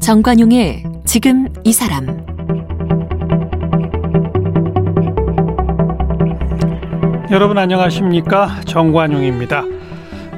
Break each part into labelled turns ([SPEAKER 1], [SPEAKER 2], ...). [SPEAKER 1] 정관용의 지금 이 사람
[SPEAKER 2] 여러분 안녕하십니까 정관용입니다.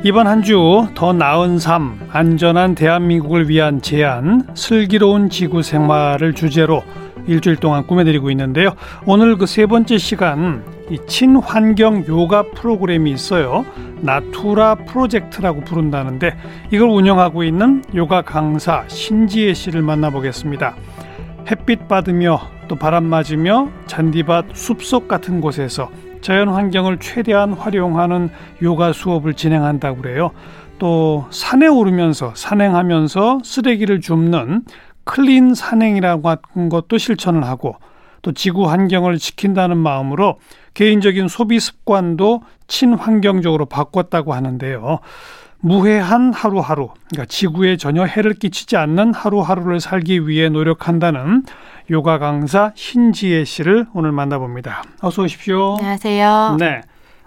[SPEAKER 2] 이번 한 주 더 나은 삶, 안전한 대한민국을 위한 제안, 슬기로운 지구 생활을 주제로 일주일 동안 꾸며드리고 있는데요. 오늘 그 세 번째 시간 이 친환경 요가 프로그램이 있어요. 나투라 프로젝트라고 부른다는데 이걸 운영하고 있는 요가 강사 신지혜 씨를 만나보겠습니다. 햇빛 받으며 또 바람 맞으며 잔디밭 숲속 같은 곳에서 자연 환경을 최대한 활용하는 요가 수업을 진행한다고 그래요. 또 산에 오르면서 산행하면서 쓰레기를 줍는 클린 산행이라고 하는 것도 실천을 하고 또 지구 환경을 지킨다는 마음으로 개인적인 소비 습관도 친환경적으로 바꿨다고 하는데요. 무해한 하루하루, 그러니까 지구에 전혀 해를 끼치지 않는 하루하루를 살기 위해 노력한다는 요가 강사 신지혜 씨를 오늘 만나봅니다. 어서 오십시오.
[SPEAKER 3] 안녕하세요.
[SPEAKER 2] 네.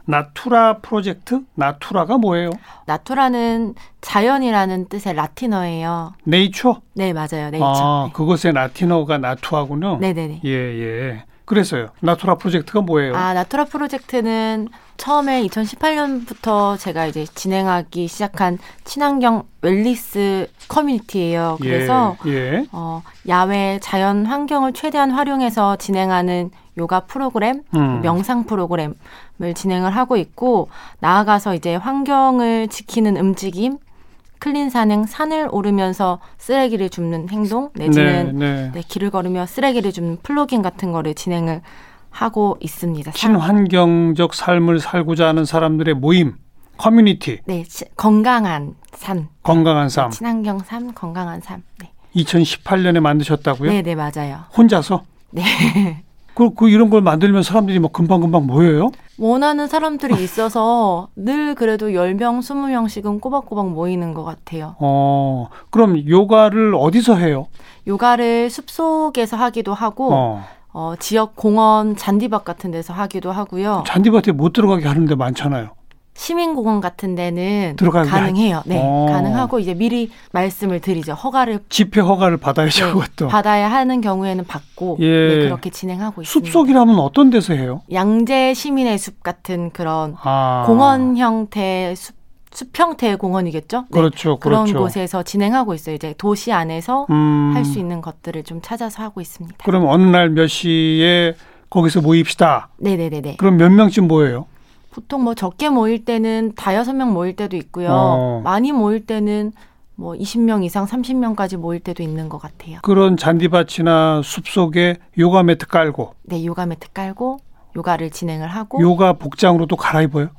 [SPEAKER 2] 나투라 프로젝트? 나투라가 뭐예요?
[SPEAKER 3] 나투라는 자연이라는 뜻의 라틴어예요.
[SPEAKER 2] 네이처?
[SPEAKER 3] 네, 맞아요. 네이처.
[SPEAKER 2] 아, 그것의 라틴어가 나투하군요.
[SPEAKER 3] 네, 네, 네.
[SPEAKER 2] 예, 예. 그래서요. 나투라 프로젝트가 뭐예요?
[SPEAKER 3] 아, 나투라 프로젝트는 처음에 2018년부터 제가 이제 진행하기 시작한 친환경 웰리스 커뮤니티예요. 그래서
[SPEAKER 2] 예, 예.
[SPEAKER 3] 어, 야외 자연 환경을 최대한 활용해서 진행하는 요가 프로그램,
[SPEAKER 2] 음.
[SPEAKER 3] 명상 프로그램을 진행을 하고 있고 나아가서 이제 환경을 지키는 움직임, 클린 산행, 산을 오르면서 쓰레기를 줍는 행동
[SPEAKER 2] 네,
[SPEAKER 3] 내지는
[SPEAKER 2] 네.
[SPEAKER 3] 네, 길을 걸으며 쓰레기를 줍는 플로깅 같은 거를 진행을 하고 있습니다. 사-
[SPEAKER 2] 친환경적 삶을 살고자 하는 사람들의 모임, 커뮤니티,
[SPEAKER 3] 네, 치- 건강한 삶,
[SPEAKER 2] 건강한 삶.
[SPEAKER 3] 친환경 삶, 건강한 삶. 네,
[SPEAKER 2] 2018년에 만드셨다고요?
[SPEAKER 3] 네, 네, 맞아요.
[SPEAKER 2] 혼자서?
[SPEAKER 3] 네.
[SPEAKER 2] 그, 그 이런 걸 만들면 사람들이 뭐 금방금방 모여요?
[SPEAKER 3] 원하는
[SPEAKER 2] 아.
[SPEAKER 3] 사람들이 있어서 늘 그래도 10명, 20명씩은 꼬박꼬박 모이는 것 같아요.
[SPEAKER 2] 어, 그럼 요가를 어디서 해요?
[SPEAKER 3] 요가를 숲속에서 하기도 하고, 어.
[SPEAKER 2] 어,
[SPEAKER 3] 지역 공원, 잔디밭 같은 데서 하기도 하고요.
[SPEAKER 2] 잔디밭에 못 들어가게 하는 데 많잖아요.
[SPEAKER 3] 시민공원 같은 데는
[SPEAKER 2] 들어가게
[SPEAKER 3] 가능해요. 네,
[SPEAKER 2] 어.
[SPEAKER 3] 가능하고 이제 미리 말씀을 드리죠. 허가를
[SPEAKER 2] 집회 허가를 받아야죠,
[SPEAKER 3] 네,
[SPEAKER 2] 그것도.
[SPEAKER 3] 받아야 하는 경우에는 받고
[SPEAKER 2] 예.
[SPEAKER 3] 네, 그렇게 진행하고 있습니다.
[SPEAKER 2] 숲속이라면 어떤 데서 해요?
[SPEAKER 3] 양재 시민의 숲 같은 그런
[SPEAKER 2] 아.
[SPEAKER 3] 공원 형태의 숲, 숲 형태의 공원이겠죠? 네,
[SPEAKER 2] 그렇죠,
[SPEAKER 3] 그런
[SPEAKER 2] 그렇죠.
[SPEAKER 3] 곳에서 진행하고 있어요. 이제 도시 안에서
[SPEAKER 2] 음,
[SPEAKER 3] 할 수 있는 것들을 좀 찾아서 하고 있습니다.
[SPEAKER 2] 그럼 어느 날 몇 시에 거기서 모입시다.
[SPEAKER 3] 네네네네.
[SPEAKER 2] 그럼 몇 명쯤 모여요?
[SPEAKER 3] 보통 뭐 적게 모일 때는 다여섯 명 모일 때도 있고요.
[SPEAKER 2] 어.
[SPEAKER 3] 많이 모일 때는 뭐 20명 이상 30명까지 모일 때도 있는 것 같아요.
[SPEAKER 2] 그런 잔디밭이나 숲속에 요가 매트 깔고
[SPEAKER 3] 네, 요가 매트 깔고 요가를 진행을 하고
[SPEAKER 2] 요가 복장으로도 갈아입어요.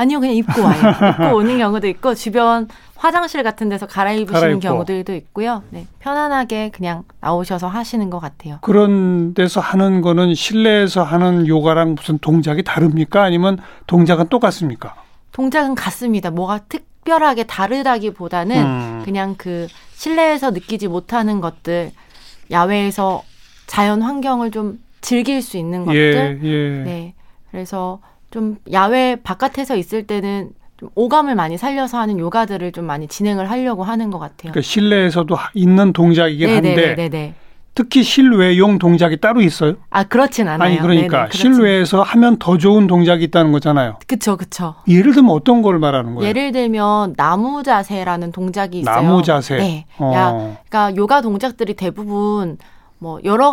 [SPEAKER 3] 아니요, 그냥 입고 와요. 입고 오는 경우도 있고 주변 화장실 같은 데서 갈아입으시는
[SPEAKER 2] 갈아입고.
[SPEAKER 3] 경우들도 있고요. 네, 편안하게 그냥 나오셔서 하시는 것 같아요.
[SPEAKER 2] 그런 데서 하는 거는 실내에서 하는 요가랑 무슨 동작이 다릅니까? 아니면 동작은 똑같습니까?
[SPEAKER 3] 동작은 같습니다. 뭐가 특별하게 다르다기보다는
[SPEAKER 2] 음.
[SPEAKER 3] 그냥 그 실내에서 느끼지 못하는 것들 야외에서 자연 환경을 좀 즐길 수 있는 것들
[SPEAKER 2] 예, 예.
[SPEAKER 3] 네 그래서 좀 야외 바깥에서 있을 때는 좀 오감을 많이 살려서 하는 요가들을 좀 많이 진행을 하려고 하는 것 같아요
[SPEAKER 2] 그러니까 실내에서도 하- 있는 동작이긴 한데
[SPEAKER 3] 네네네네
[SPEAKER 2] 특히 실외용 동작이 따로 있어요?
[SPEAKER 3] 아 그렇진 않아요
[SPEAKER 2] 아니 그러니까
[SPEAKER 3] 네네, 그렇진-
[SPEAKER 2] 실외에서 하면 더 좋은 동작이 있다는 거잖아요.
[SPEAKER 3] 그쵸 그쵸
[SPEAKER 2] 예를 들면 어떤 걸 말하는 거예요?
[SPEAKER 3] 예를 들면 나무 자세라는 동작이 있어요
[SPEAKER 2] 나무 자세.
[SPEAKER 3] 네
[SPEAKER 2] 어.
[SPEAKER 3] 야, 그러니까 요가 동작들이 대부분 뭐 여러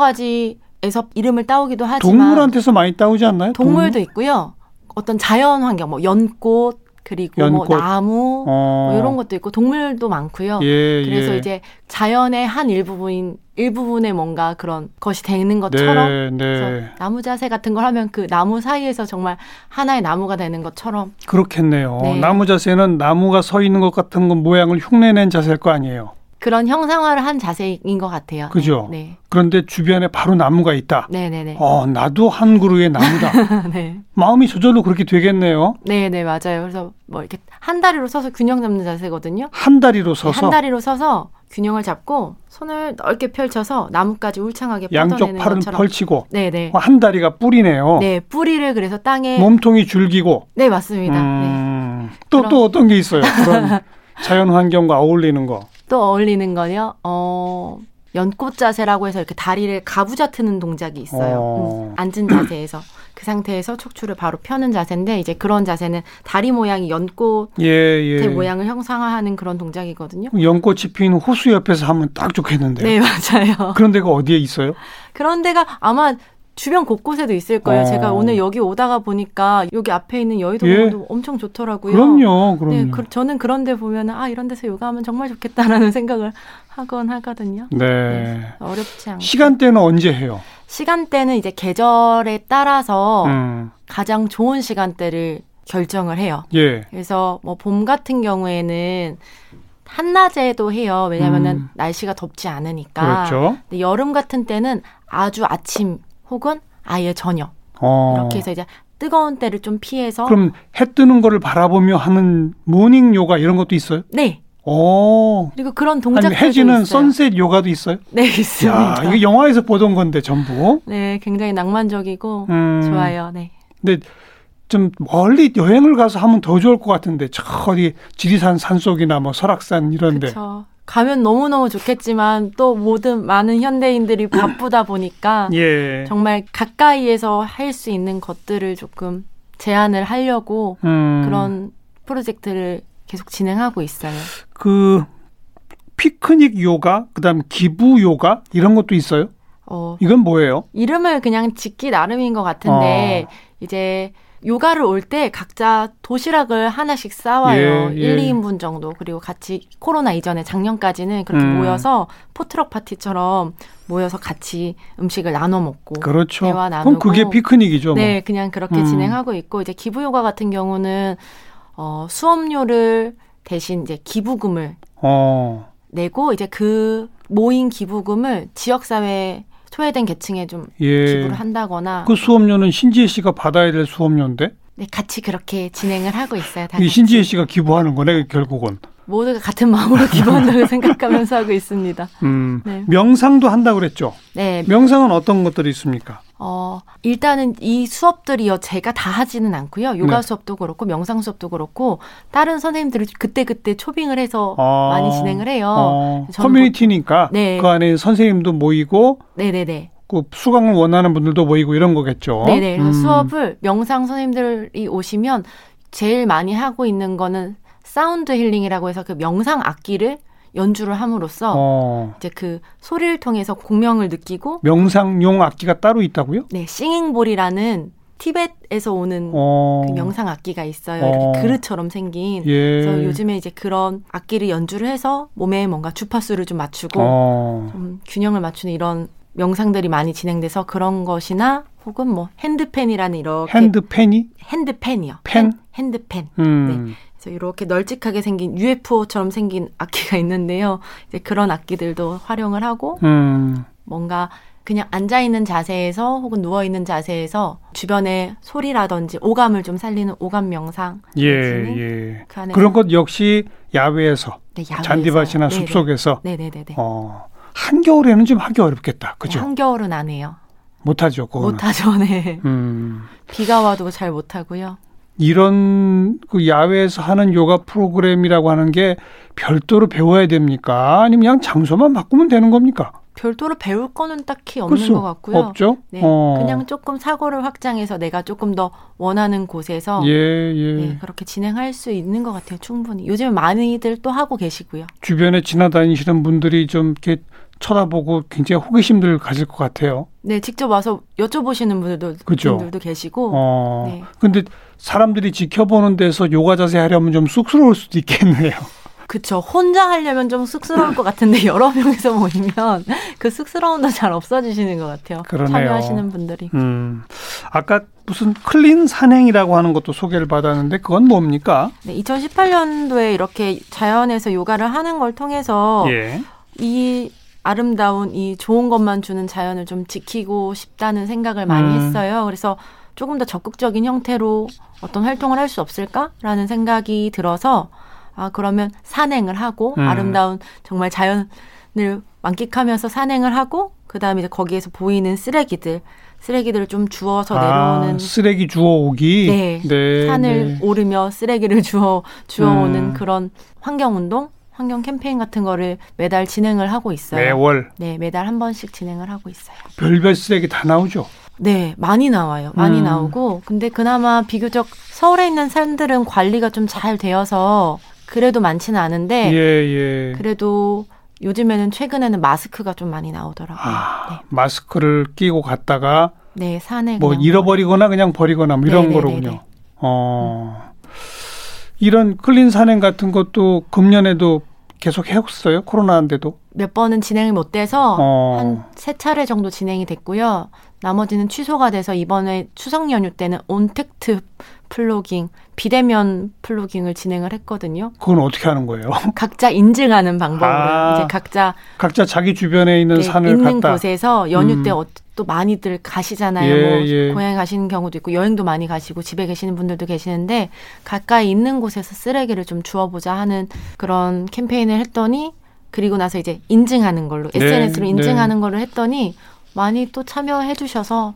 [SPEAKER 3] 가지에서 이름을 따오기도 하지만
[SPEAKER 2] 동물한테서 많이 따오지 않나요?
[SPEAKER 3] 동물도 있고요. 어떤 자연 환경 뭐 연꽃 그리고
[SPEAKER 2] 연꽃.
[SPEAKER 3] 뭐 나무
[SPEAKER 2] 어.
[SPEAKER 3] 뭐 이런 것도 있고 동물도 많고요.
[SPEAKER 2] 예,
[SPEAKER 3] 그래서
[SPEAKER 2] 예.
[SPEAKER 3] 이제 자연의 한 일부분인 일부분의 뭔가 그런 것이 되는 것처럼
[SPEAKER 2] 네, 네.
[SPEAKER 3] 그래서 나무 자세 같은 걸 하면 그 나무 사이에서 정말 하나의 나무가 되는 것처럼
[SPEAKER 2] 그렇겠네요.
[SPEAKER 3] 네.
[SPEAKER 2] 나무 자세는 나무가 서 있는 것 같은 건 모양을 흉내낸 자세일 거 아니에요.
[SPEAKER 3] 그런 형상화를 한 자세인 것 같아요.
[SPEAKER 2] 그죠?
[SPEAKER 3] 네,
[SPEAKER 2] 그런데 주변에 바로 나무가 있다.
[SPEAKER 3] 네, 네, 네,
[SPEAKER 2] 어, 나도 한 그루의 나무다.
[SPEAKER 3] 네.
[SPEAKER 2] 마음이 저절로 그렇게 되겠네요.
[SPEAKER 3] 네, 네, 맞아요. 그래서 뭐 이렇게 한 다리로 서서 균형 잡는 자세거든요.
[SPEAKER 2] 한 다리로 서서
[SPEAKER 3] 한 다리로 서서 균형을 잡고 손을 넓게 펼쳐서 나뭇가지 울창하게
[SPEAKER 2] 양쪽
[SPEAKER 3] 뻗어내는
[SPEAKER 2] 팔을
[SPEAKER 3] 것처럼
[SPEAKER 2] 펼치고
[SPEAKER 3] 네네
[SPEAKER 2] 어, 한 다리가 뿌리네요.
[SPEAKER 3] 네 뿌리를 그래서 땅에
[SPEAKER 2] 몸통이 음. 줄기고.
[SPEAKER 3] 네 맞습니다. 네.
[SPEAKER 2] 또 또
[SPEAKER 3] 그런-
[SPEAKER 2] 어떤 게 있어요? 그런 자연 환경과 어울리는 거.
[SPEAKER 3] 또 어울리는 거요. 어 연꽃 자세라고 해서 이렇게 다리를 가부좌 트는 동작이 있어요.
[SPEAKER 2] 어.
[SPEAKER 3] 음, 앉은 자세에서 그 상태에서 척추를 바로 펴는 자세인데 이제 그런 자세는 다리 모양이 연꽃의
[SPEAKER 2] 예, 예.
[SPEAKER 3] 모양을 형상화하는 그런 동작이거든요.
[SPEAKER 2] 연꽃이 핀 호수 옆에서 하면 딱 좋겠는데요.
[SPEAKER 3] 네 맞아요.
[SPEAKER 2] 그런 데가 어디에 있어요?
[SPEAKER 3] 그런 데가 아마 주변 곳곳에도 있을 거예요.
[SPEAKER 2] 어.
[SPEAKER 3] 제가 오늘 여기 오다가 보니까 여기 앞에 있는 여의도
[SPEAKER 2] 예.
[SPEAKER 3] 공원도 엄청 좋더라고요.
[SPEAKER 2] 그럼요, 그럼요.
[SPEAKER 3] 네, 그- 저는 그런 데 보면 아 이런 데서 요가하면 정말 좋겠다라는 생각을 하곤 하거든요.
[SPEAKER 2] 네.
[SPEAKER 3] 어렵지 않고
[SPEAKER 2] 시간대는 언제 해요?
[SPEAKER 3] 시간대는 이제 계절에 따라서
[SPEAKER 2] 음,
[SPEAKER 3] 가장 좋은 시간대를 결정을 해요.
[SPEAKER 2] 예.
[SPEAKER 3] 그래서 뭐 봄 같은 경우에는 한낮에도 해요. 왜냐면은
[SPEAKER 2] 음.
[SPEAKER 3] 날씨가 덥지 않으니까.
[SPEAKER 2] 그렇죠.
[SPEAKER 3] 근데 여름 같은 때는 아주 아침 혹은 아예 저녁
[SPEAKER 2] 어.
[SPEAKER 3] 이렇게 해서 이제 뜨거운 때를 좀 피해서
[SPEAKER 2] 그럼 해 뜨는 거를 바라보며 하는 모닝 요가 이런 것도 있어요?
[SPEAKER 3] 네
[SPEAKER 2] 오.
[SPEAKER 3] 그리고 그런
[SPEAKER 2] 아니
[SPEAKER 3] 동작들도
[SPEAKER 2] 해지는
[SPEAKER 3] 있어요.
[SPEAKER 2] 선셋 요가도 있어요?
[SPEAKER 3] 네
[SPEAKER 2] 야,
[SPEAKER 3] 있습니다.
[SPEAKER 2] 이거 영화에서 보던 건데 전부.
[SPEAKER 3] 네 굉장히 낭만적이고
[SPEAKER 2] 음,
[SPEAKER 3] 좋아요. 네.
[SPEAKER 2] 근데 좀 멀리 여행을 가서 하면 더 좋을 것 같은데 저 어디 지리산 산속이나 뭐 설악산 이런데.
[SPEAKER 3] 그렇죠. 가면 너무너무 좋겠지만 또 모든 많은 현대인들이 바쁘다 보니까
[SPEAKER 2] 예.
[SPEAKER 3] 정말 가까이에서 할 수 있는 것들을 조금 제한을 하려고
[SPEAKER 2] 음,
[SPEAKER 3] 그런 프로젝트를 계속 진행하고 있어요.
[SPEAKER 2] 그 피크닉 요가, 그다음 기부 요가 이런 것도 있어요?
[SPEAKER 3] 어,
[SPEAKER 2] 이건 뭐예요?
[SPEAKER 3] 이름을 그냥 짓기 나름인 것
[SPEAKER 2] 어.
[SPEAKER 3] 같은데 이제 요가를 올 때 각자 도시락을 하나씩 싸와요.
[SPEAKER 2] 예, 예.
[SPEAKER 3] 1, 2인분 정도. 그리고 같이 코로나 이전에 작년까지는 그렇게
[SPEAKER 2] 음.
[SPEAKER 3] 모여서 포트럭 파티처럼 모여서 같이 음식을 나눠 먹고
[SPEAKER 2] 그렇죠.
[SPEAKER 3] 대화
[SPEAKER 2] 그럼
[SPEAKER 3] 나누고.
[SPEAKER 2] 그게 피크닉이죠. 뭐.
[SPEAKER 3] 네, 그냥 그렇게
[SPEAKER 2] 음.
[SPEAKER 3] 진행하고 있고 이제 기부 요가 같은 경우는 어, 수업료를 대신 이제 기부금을
[SPEAKER 2] 어.
[SPEAKER 3] 내고 이제 그 모인 기부금을 지역 사회 소외된 계층에 좀
[SPEAKER 2] 예.
[SPEAKER 3] 기부를 한다거나
[SPEAKER 2] 그 수업료는 신지혜 씨가 받아야 될 수업료인데
[SPEAKER 3] 네, 같이 그렇게 진행을 하고 있어요. 다
[SPEAKER 2] 이
[SPEAKER 3] 같이.
[SPEAKER 2] 신지혜 씨가 기부하는 거네 결국은.
[SPEAKER 3] 모두가 같은 마음으로 기부한다고 생각하면서 하고 있습니다.
[SPEAKER 2] 음,
[SPEAKER 3] 네.
[SPEAKER 2] 명상도 한다 그랬죠.
[SPEAKER 3] 네,
[SPEAKER 2] 명상은 어떤 것들이 있습니까?
[SPEAKER 3] 어, 일단은 이 수업들이요, 제가 다 하지는 않고요. 요가
[SPEAKER 2] 네.
[SPEAKER 3] 수업도 그렇고, 명상 수업도 그렇고, 다른 선생님들이 그때그때 초빙을 해서
[SPEAKER 2] 아.
[SPEAKER 3] 많이 진행을 해요.
[SPEAKER 2] 어,
[SPEAKER 3] 저는 뭐
[SPEAKER 2] 커뮤니티니까
[SPEAKER 3] 네.
[SPEAKER 2] 그 안에 선생님도 모이고
[SPEAKER 3] 네네네.
[SPEAKER 2] 그 수강을 원하는 분들도 모이고 이런 거겠죠.
[SPEAKER 3] 네네. 그래서
[SPEAKER 2] 음,
[SPEAKER 3] 수업을 명상 선생님들이 오시면 제일 많이 하고 있는 거는 사운드 힐링이라고 해서 그 명상 악기를 연주를 함으로써
[SPEAKER 2] 어,
[SPEAKER 3] 이제 그 소리를 통해서 공명을 느끼고,
[SPEAKER 2] 명상용 악기가 따로 있다고요?
[SPEAKER 3] 네, 싱잉볼이라는 티벳에서 오는
[SPEAKER 2] 어,
[SPEAKER 3] 그 명상 악기가 있어요.
[SPEAKER 2] 어.
[SPEAKER 3] 이렇게 그릇처럼 생긴.
[SPEAKER 2] 예.
[SPEAKER 3] 그래서 요즘에 이제 그런 악기를 연주를 해서 몸에 뭔가 주파수를 좀 맞추고
[SPEAKER 2] 어,
[SPEAKER 3] 좀 균형을 맞추는 이런 명상들이 많이 진행돼서 그런 것이나 혹은 뭐 핸드펜이라는 이렇게
[SPEAKER 2] 핸드펜이
[SPEAKER 3] 펜이요
[SPEAKER 2] 펜?
[SPEAKER 3] 핸드펜.
[SPEAKER 2] 음,
[SPEAKER 3] 그래서 이렇게 널찍하게 생긴 UFO처럼 생긴 악기가 있는데요. 이제 그런 악기들도 활용을 하고
[SPEAKER 2] 음,
[SPEAKER 3] 뭔가 그냥 앉아 있는 자세에서 혹은 누워 있는 자세에서 주변의 소리라든지 오감을 좀 살리는 오감 명상
[SPEAKER 2] 예,
[SPEAKER 3] 진행?
[SPEAKER 2] 예.
[SPEAKER 3] 그 안에
[SPEAKER 2] 그런 것 역시 야외에서
[SPEAKER 3] 네, 야외에서.
[SPEAKER 2] 잔디밭이나
[SPEAKER 3] 네네.
[SPEAKER 2] 숲속에서
[SPEAKER 3] 네네네네. 네,
[SPEAKER 2] 어, 한겨울에는 좀 하기 어렵겠다. 그죠?
[SPEAKER 3] 한겨울은 안 해요.
[SPEAKER 2] 못하죠, 그거는.
[SPEAKER 3] 못하죠, 네.
[SPEAKER 2] 음,
[SPEAKER 3] 비가 와도 잘 못하고요.
[SPEAKER 2] 이런 그 야외에서 하는 요가 프로그램이라고 하는 게 별도로 배워야 됩니까? 아니면 그냥 장소만 바꾸면 되는 겁니까?
[SPEAKER 3] 별도로 배울 거는 딱히 없는
[SPEAKER 2] 글쎄요.
[SPEAKER 3] 것 같고요.
[SPEAKER 2] 그렇죠. 없죠?
[SPEAKER 3] 네,
[SPEAKER 2] 어.
[SPEAKER 3] 그냥 조금 사고를 확장해서 내가 조금 더 원하는 곳에서
[SPEAKER 2] 예, 예.
[SPEAKER 3] 어. 네, 그렇게 진행할 수 있는 것 같아요, 충분히. 요즘 많이들 또 하고 계시고요.
[SPEAKER 2] 주변에 지나다니시는 분들이 좀 이렇게 쳐다보고 굉장히 호기심들을 가질 것 같아요.
[SPEAKER 3] 네, 직접 와서 여쭤보시는 분들도,
[SPEAKER 2] 그죠.
[SPEAKER 3] 분들도 계시고.
[SPEAKER 2] 어.
[SPEAKER 3] 네.
[SPEAKER 2] 근데 사람들이 지켜보는 데서 요가 자세 하려면 좀 쑥스러울 수도 있겠네요.
[SPEAKER 3] 그쵸. 혼자 하려면 좀 쑥스러울 것 같은데, 여러 명이서 모이면 그 쑥스러움도 잘 없어지시는 것 같아요.
[SPEAKER 2] 그러네요.
[SPEAKER 3] 참여하시는 분들이.
[SPEAKER 2] 음. 아까 무슨 클린 산행이라고 하는 것도 소개를 받았는데 그건 뭡니까?
[SPEAKER 3] 네, 2018년도에 이렇게 자연에서 요가를 하는 걸 통해서
[SPEAKER 2] 예.
[SPEAKER 3] 이 아름다운 이 좋은 것만 주는 자연을 좀 지키고 싶다는 생각을 많이
[SPEAKER 2] 음.
[SPEAKER 3] 했어요. 그래서 조금 더 적극적인 형태로 어떤 활동을 할 수 없을까라는 생각이 들어서 아 그러면 산행을 하고
[SPEAKER 2] 음.
[SPEAKER 3] 아름다운 정말 자연을 만끽하면서 산행을 하고 그다음에 이제 거기에서 보이는 쓰레기들 쓰레기들을 좀 주워서 내려오는
[SPEAKER 2] 아, 쓰레기 주워 오기.
[SPEAKER 3] 네. 산을 오르며 쓰레기를 주워 주워오는
[SPEAKER 2] 음.
[SPEAKER 3] 그런 환경 운동, 환경 캠페인 같은 거를 매달 진행을 하고 있어요.
[SPEAKER 2] 매월
[SPEAKER 3] 네, 매달 한 번씩 진행을 하고 있어요.
[SPEAKER 2] 별별 쓰레기 다 나오죠.
[SPEAKER 3] 네, 많이 나와요. 많이
[SPEAKER 2] 음.
[SPEAKER 3] 나오고. 근데 그나마 비교적 서울에 있는 사람들은 관리가 좀 잘 되어서 그래도 많지는 않은데
[SPEAKER 2] 예, 예.
[SPEAKER 3] 그래도 요즘에는 최근에는 마스크가 좀 많이 나오더라고요.
[SPEAKER 2] 아, 마스크를 끼고 갔다가
[SPEAKER 3] 네, 네, 산에
[SPEAKER 2] 뭐
[SPEAKER 3] 그냥
[SPEAKER 2] 잃어버리거나 그냥 버리거나 뭐 이런
[SPEAKER 3] 네네네네. 음.
[SPEAKER 2] 거로군요. 어. 이런 클린 산행 같은 것도 금년에도 계속 했어요. 코로나인데도.
[SPEAKER 3] 몇 번은 진행이 못 돼서
[SPEAKER 2] 어.
[SPEAKER 3] 한 세 차례 정도 진행이 됐고요. 나머지는 취소가 돼서 이번에 추석 연휴 때는 온택트 플로깅, 비대면 플로깅을 진행을 했거든요.
[SPEAKER 2] 그건 어떻게 하는 거예요?
[SPEAKER 3] 각자 인증하는 방법으로
[SPEAKER 2] 아.
[SPEAKER 3] 이제 각자
[SPEAKER 2] 각자 자기 주변에 있는
[SPEAKER 3] 이렇게
[SPEAKER 2] 산을
[SPEAKER 3] 있는
[SPEAKER 2] 갔다.
[SPEAKER 3] 곳에서 연휴
[SPEAKER 2] 음.
[SPEAKER 3] 때 어, 또 많이들 가시잖아요.
[SPEAKER 2] 예,
[SPEAKER 3] 뭐
[SPEAKER 2] 예.
[SPEAKER 3] 고향에 가시는 경우도 있고 여행도 많이 가시고 집에 계시는 분들도 계시는데 가까이 있는 곳에서 쓰레기를 좀 주워보자 하는 그런 캠페인을 했더니 그리고 나서 이제 인증하는 걸로
[SPEAKER 2] 네,
[SPEAKER 3] SNS로
[SPEAKER 2] 네.
[SPEAKER 3] 인증하는 걸로 했더니 많이 또 참여해주셔서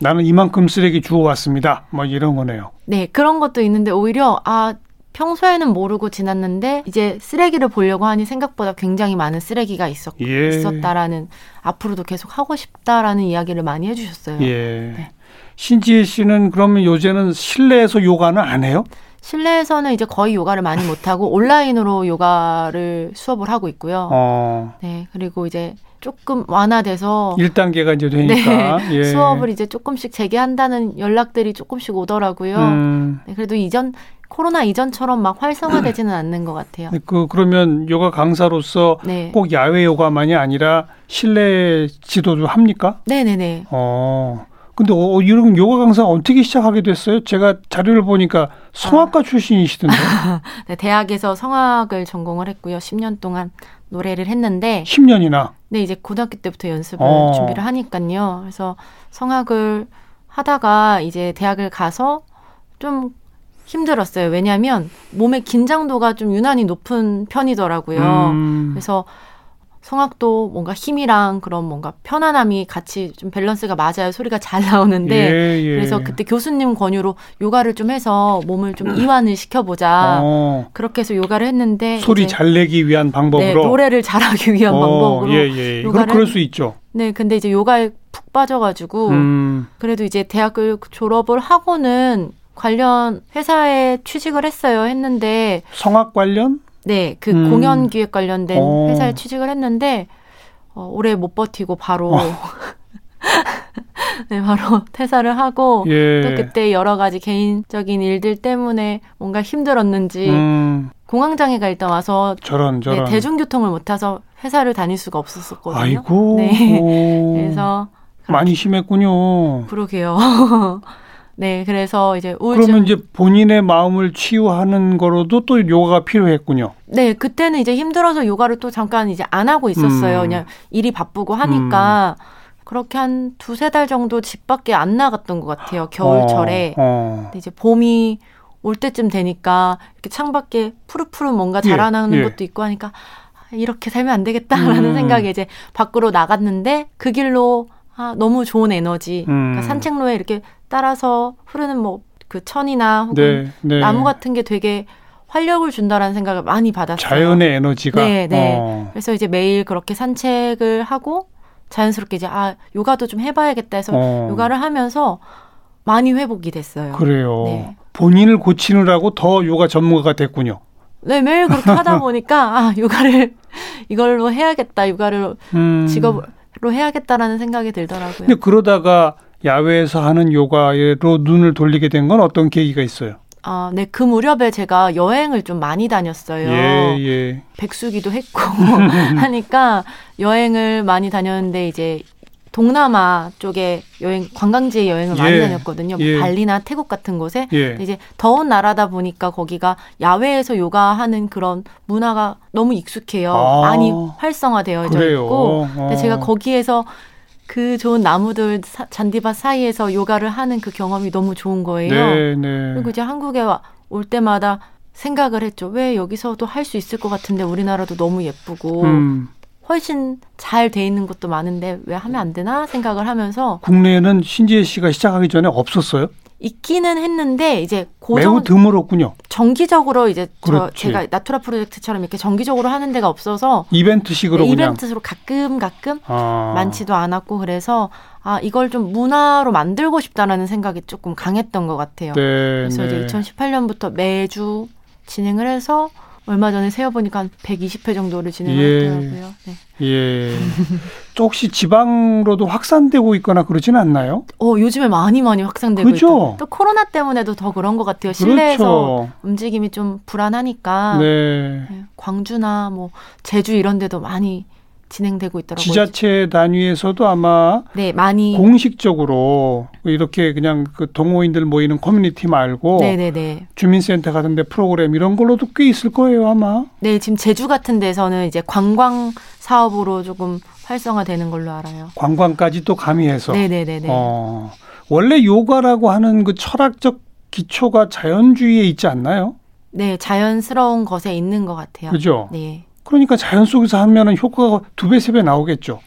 [SPEAKER 2] 나는 이만큼 쓰레기 주워 왔습니다. 뭐 이런 거네요.
[SPEAKER 3] 네 그런 것도 있는데 오히려 아 평소에는 모르고 지났는데 이제 쓰레기를 보려고 하니 생각보다 굉장히 많은 쓰레기가 있었.
[SPEAKER 2] 예.
[SPEAKER 3] 있었다라는 앞으로도 계속 하고 싶다라는 이야기를 많이 해주셨어요.
[SPEAKER 2] 예.
[SPEAKER 3] 네.
[SPEAKER 2] 신지혜 씨는 그러면 요새는 실내에서 요가는 안 해요?
[SPEAKER 3] 실내에서는 이제 거의 요가를 많이 못하고 온라인으로 요가를 수업을 하고 있고요.
[SPEAKER 2] 어.
[SPEAKER 3] 네, 그리고 이제 조금 완화돼서
[SPEAKER 2] 1단계가 이제 되니까. 예.
[SPEAKER 3] 네. 수업을 이제 조금씩 재개한다는 연락들이 조금씩 오더라고요.
[SPEAKER 2] 음.
[SPEAKER 3] 네, 그래도 이전 코로나 이전처럼 막 활성화되지는 않는 것 같아요.
[SPEAKER 2] 그 그러면 요가 강사로서
[SPEAKER 3] 네.
[SPEAKER 2] 꼭 야외 요가만이 아니라 실내 지도도 합니까?
[SPEAKER 3] 네네네.
[SPEAKER 2] 어. 근데 어, 이런 요가 강사 어떻게 시작하게 됐어요? 제가 자료를 보니까 성악가 출신이시던데.
[SPEAKER 3] 아. 네, 대학에서 성악을 전공을 했고요. 10년 동안 노래를 했는데
[SPEAKER 2] 10년이나.
[SPEAKER 3] 네, 이제 고등학교 때부터 연습을
[SPEAKER 2] 어.
[SPEAKER 3] 준비를 하니까요. 그래서 성악을 하다가 이제 대학을 가서 좀 힘들었어요. 왜냐하면 몸의 긴장도가 좀 유난히 높은 편이더라고요.
[SPEAKER 2] 음.
[SPEAKER 3] 그래서 성악도 뭔가 힘이랑 그런 뭔가 편안함이 같이 좀 밸런스가 맞아야 소리가 잘 나오는데
[SPEAKER 2] 예, 예.
[SPEAKER 3] 그래서 그때 교수님 권유로 요가를 좀 해서 몸을 좀 이완을 시켜보자.
[SPEAKER 2] 어,
[SPEAKER 3] 그렇게 해서 요가를 했는데
[SPEAKER 2] 소리
[SPEAKER 3] 네, 이제
[SPEAKER 2] 잘 내기 위한 방법으로.
[SPEAKER 3] 네, 노래를 잘하기 위한
[SPEAKER 2] 어,
[SPEAKER 3] 방법으로
[SPEAKER 2] 예, 예. 그럼
[SPEAKER 3] 요가를 어.
[SPEAKER 2] 그럴 수 있죠.
[SPEAKER 3] 네, 근데 이제 요가에 푹 빠져가지고
[SPEAKER 2] 음.
[SPEAKER 3] 그래도 이제 대학을 졸업을 하고는 관련 회사에 취직을 했어요. 했는데
[SPEAKER 2] 성악 관련?
[SPEAKER 3] 네, 그
[SPEAKER 2] 음.
[SPEAKER 3] 공연 기획 관련된
[SPEAKER 2] 어.
[SPEAKER 3] 회사에 취직을 했는데 어, 오래 못 버티고 바로
[SPEAKER 2] 어.
[SPEAKER 3] 네, 바로 퇴사를 하고
[SPEAKER 2] 예.
[SPEAKER 3] 또 어, 그때 여러 가지 개인적인 일들 때문에 뭔가 힘들었는지
[SPEAKER 2] 음,
[SPEAKER 3] 공황장애가 일단 와서
[SPEAKER 2] 저런
[SPEAKER 3] 예. 네,
[SPEAKER 2] 저런.
[SPEAKER 3] 대중교통을 못 타서 회사를 다닐 수가 없었었거든요.
[SPEAKER 2] 아이고.
[SPEAKER 3] 네.
[SPEAKER 2] 오.
[SPEAKER 3] 그래서
[SPEAKER 2] 많이 심했군요.
[SPEAKER 3] 그러게요. 네, 그래서 이제 우울증.
[SPEAKER 2] 그러면 이제 본인의 마음을 치유하는 거로도 또 요가가 필요했군요.
[SPEAKER 3] 네, 그때는 이제 힘들어서 요가를 또 잠깐 이제 안 하고 있었어요.
[SPEAKER 2] 음.
[SPEAKER 3] 그냥 일이 바쁘고 하니까 그렇게 한 두세 달 정도 집 밖에 안 나갔던 것 같아요. 겨울철에.
[SPEAKER 2] 어, 어.
[SPEAKER 3] 근데 이제 봄이 올 때쯤 되니까 이렇게 창밖에 푸릇푸릇 뭔가
[SPEAKER 2] 예,
[SPEAKER 3] 자라나는
[SPEAKER 2] 예.
[SPEAKER 3] 것도 있고 하니까 아, 이렇게 살면 안 되겠다라는
[SPEAKER 2] 음.
[SPEAKER 3] 생각에 이제 밖으로 나갔는데 그 길로 아, 너무 좋은 에너지.
[SPEAKER 2] 음.
[SPEAKER 3] 그러니까 산책로에 이렇게 따라서 흐르는 뭐 그 천이나 혹은
[SPEAKER 2] 네, 네.
[SPEAKER 3] 나무 같은 게 되게 활력을 준다라는 생각을 많이 받았어요.
[SPEAKER 2] 자연의 에너지가.
[SPEAKER 3] 네, 네.
[SPEAKER 2] 어.
[SPEAKER 3] 그래서 이제 매일 그렇게 산책을 하고 자연스럽게 이제 아 요가도 좀 해봐야겠다 해서
[SPEAKER 2] 어.
[SPEAKER 3] 요가를 하면서 많이 회복이 됐어요.
[SPEAKER 2] 그래요.
[SPEAKER 3] 네.
[SPEAKER 2] 본인을 고치느라고 더 요가 전문가가 됐군요.
[SPEAKER 3] 네 매일 그렇게 하다 보니까 아 요가를 이걸로 해야겠다 요가를
[SPEAKER 2] 음.
[SPEAKER 3] 직업으로 해야겠다라는 생각이 들더라고요.
[SPEAKER 2] 근데 그러다가 야외에서 하는 요가로 눈을 돌리게 된 건 어떤 계기가 있어요?
[SPEAKER 3] 아, 네, 그 무렵에 제가 여행을 좀 많이 다녔어요.
[SPEAKER 2] 예, 예.
[SPEAKER 3] 백수기도 했고 하니까 여행을 많이 다녔는데 이제 동남아 쪽에 여행 관광지에 여행을 많이
[SPEAKER 2] 예,
[SPEAKER 3] 다녔거든요. 뭐
[SPEAKER 2] 예.
[SPEAKER 3] 발리나 태국 같은 곳에
[SPEAKER 2] 예.
[SPEAKER 3] 근데 이제 더운 나라다 보니까 거기가 야외에서 요가하는 그런 문화가 너무 익숙해요.
[SPEAKER 2] 아,
[SPEAKER 3] 많이 활성화되어
[SPEAKER 2] 그래요.
[SPEAKER 3] 있고
[SPEAKER 2] 어.
[SPEAKER 3] 근데 제가 거기에서 그 좋은 나무들 사- 잔디밭 사이에서 요가를 하는 그 경험이 너무 좋은 거예요.
[SPEAKER 2] 네, 네.
[SPEAKER 3] 그리고 이제 한국에 와- 올 때마다 생각을 했죠. 왜 여기서도 할 수 있을 것 같은데 우리나라도 너무 예쁘고
[SPEAKER 2] 음,
[SPEAKER 3] 훨씬 잘 돼 있는 것도 많은데 왜 하면 안 되나 생각을 하면서
[SPEAKER 2] 국내에는 신지혜 씨가 시작하기 전에 없었어요.
[SPEAKER 3] 있기는 했는데 이제
[SPEAKER 2] 매우
[SPEAKER 3] 고정
[SPEAKER 2] 드물었군요.
[SPEAKER 3] 정기적으로 이제 저
[SPEAKER 2] 그렇지.
[SPEAKER 3] 제가 나투라 프로젝트처럼 이렇게 정기적으로 하는 데가 없어서
[SPEAKER 2] 이벤트식으로
[SPEAKER 3] 네,
[SPEAKER 2] 그냥.
[SPEAKER 3] 이벤트로 가끔 가끔
[SPEAKER 2] 아,
[SPEAKER 3] 많지도 않았고 그래서 아 이걸 좀 문화로 만들고 싶다라는 생각이 조금 강했던 것 같아요.
[SPEAKER 2] 네,
[SPEAKER 3] 그래서
[SPEAKER 2] 네.
[SPEAKER 3] 이제 2018년부터 매주 진행을 해서 얼마 전에 세어보니까 한 120회 정도를
[SPEAKER 2] 예.
[SPEAKER 3] 진행했더라고요. 네.
[SPEAKER 2] 예. 또 혹시 지방으로도 확산되고 있거나 그러진 않나요?
[SPEAKER 3] 어 요즘에 많이 많이 확산되고
[SPEAKER 2] 그죠? 그렇죠.
[SPEAKER 3] 있죠. 또 코로나 때문에도 더 그런 것 같아요. 실내에서 움직임이 좀 불안하니까
[SPEAKER 2] 네.
[SPEAKER 3] 네, 광주나 뭐 제주 이런 데도 많이 진행되고 있더라고요.
[SPEAKER 2] 지자체 단위에서도 아마
[SPEAKER 3] 네 많이
[SPEAKER 2] 공식적으로 이렇게 그냥 그 동호인들 모이는 커뮤니티 말고
[SPEAKER 3] 네네네.
[SPEAKER 2] 주민센터 같은 데 프로그램 이런 걸로도 꽤 있을 거예요, 아마.
[SPEAKER 3] 네, 지금 제주 같은 데서는 이제 관광 사업으로 조금 활성화되는 걸로 알아요.
[SPEAKER 2] 관광까지 또 가미해서.
[SPEAKER 3] 네네네네.
[SPEAKER 2] 어, 원래 요가라고 하는 그 철학적 기초가 자연주의에 있지 않나요?
[SPEAKER 3] 네, 자연스러운 것에 있는 것 같아요.
[SPEAKER 2] 그죠?
[SPEAKER 3] 네.
[SPEAKER 2] 그러니까 자연 속에서 하면은 효과가 두 배, 세 배 나오겠죠.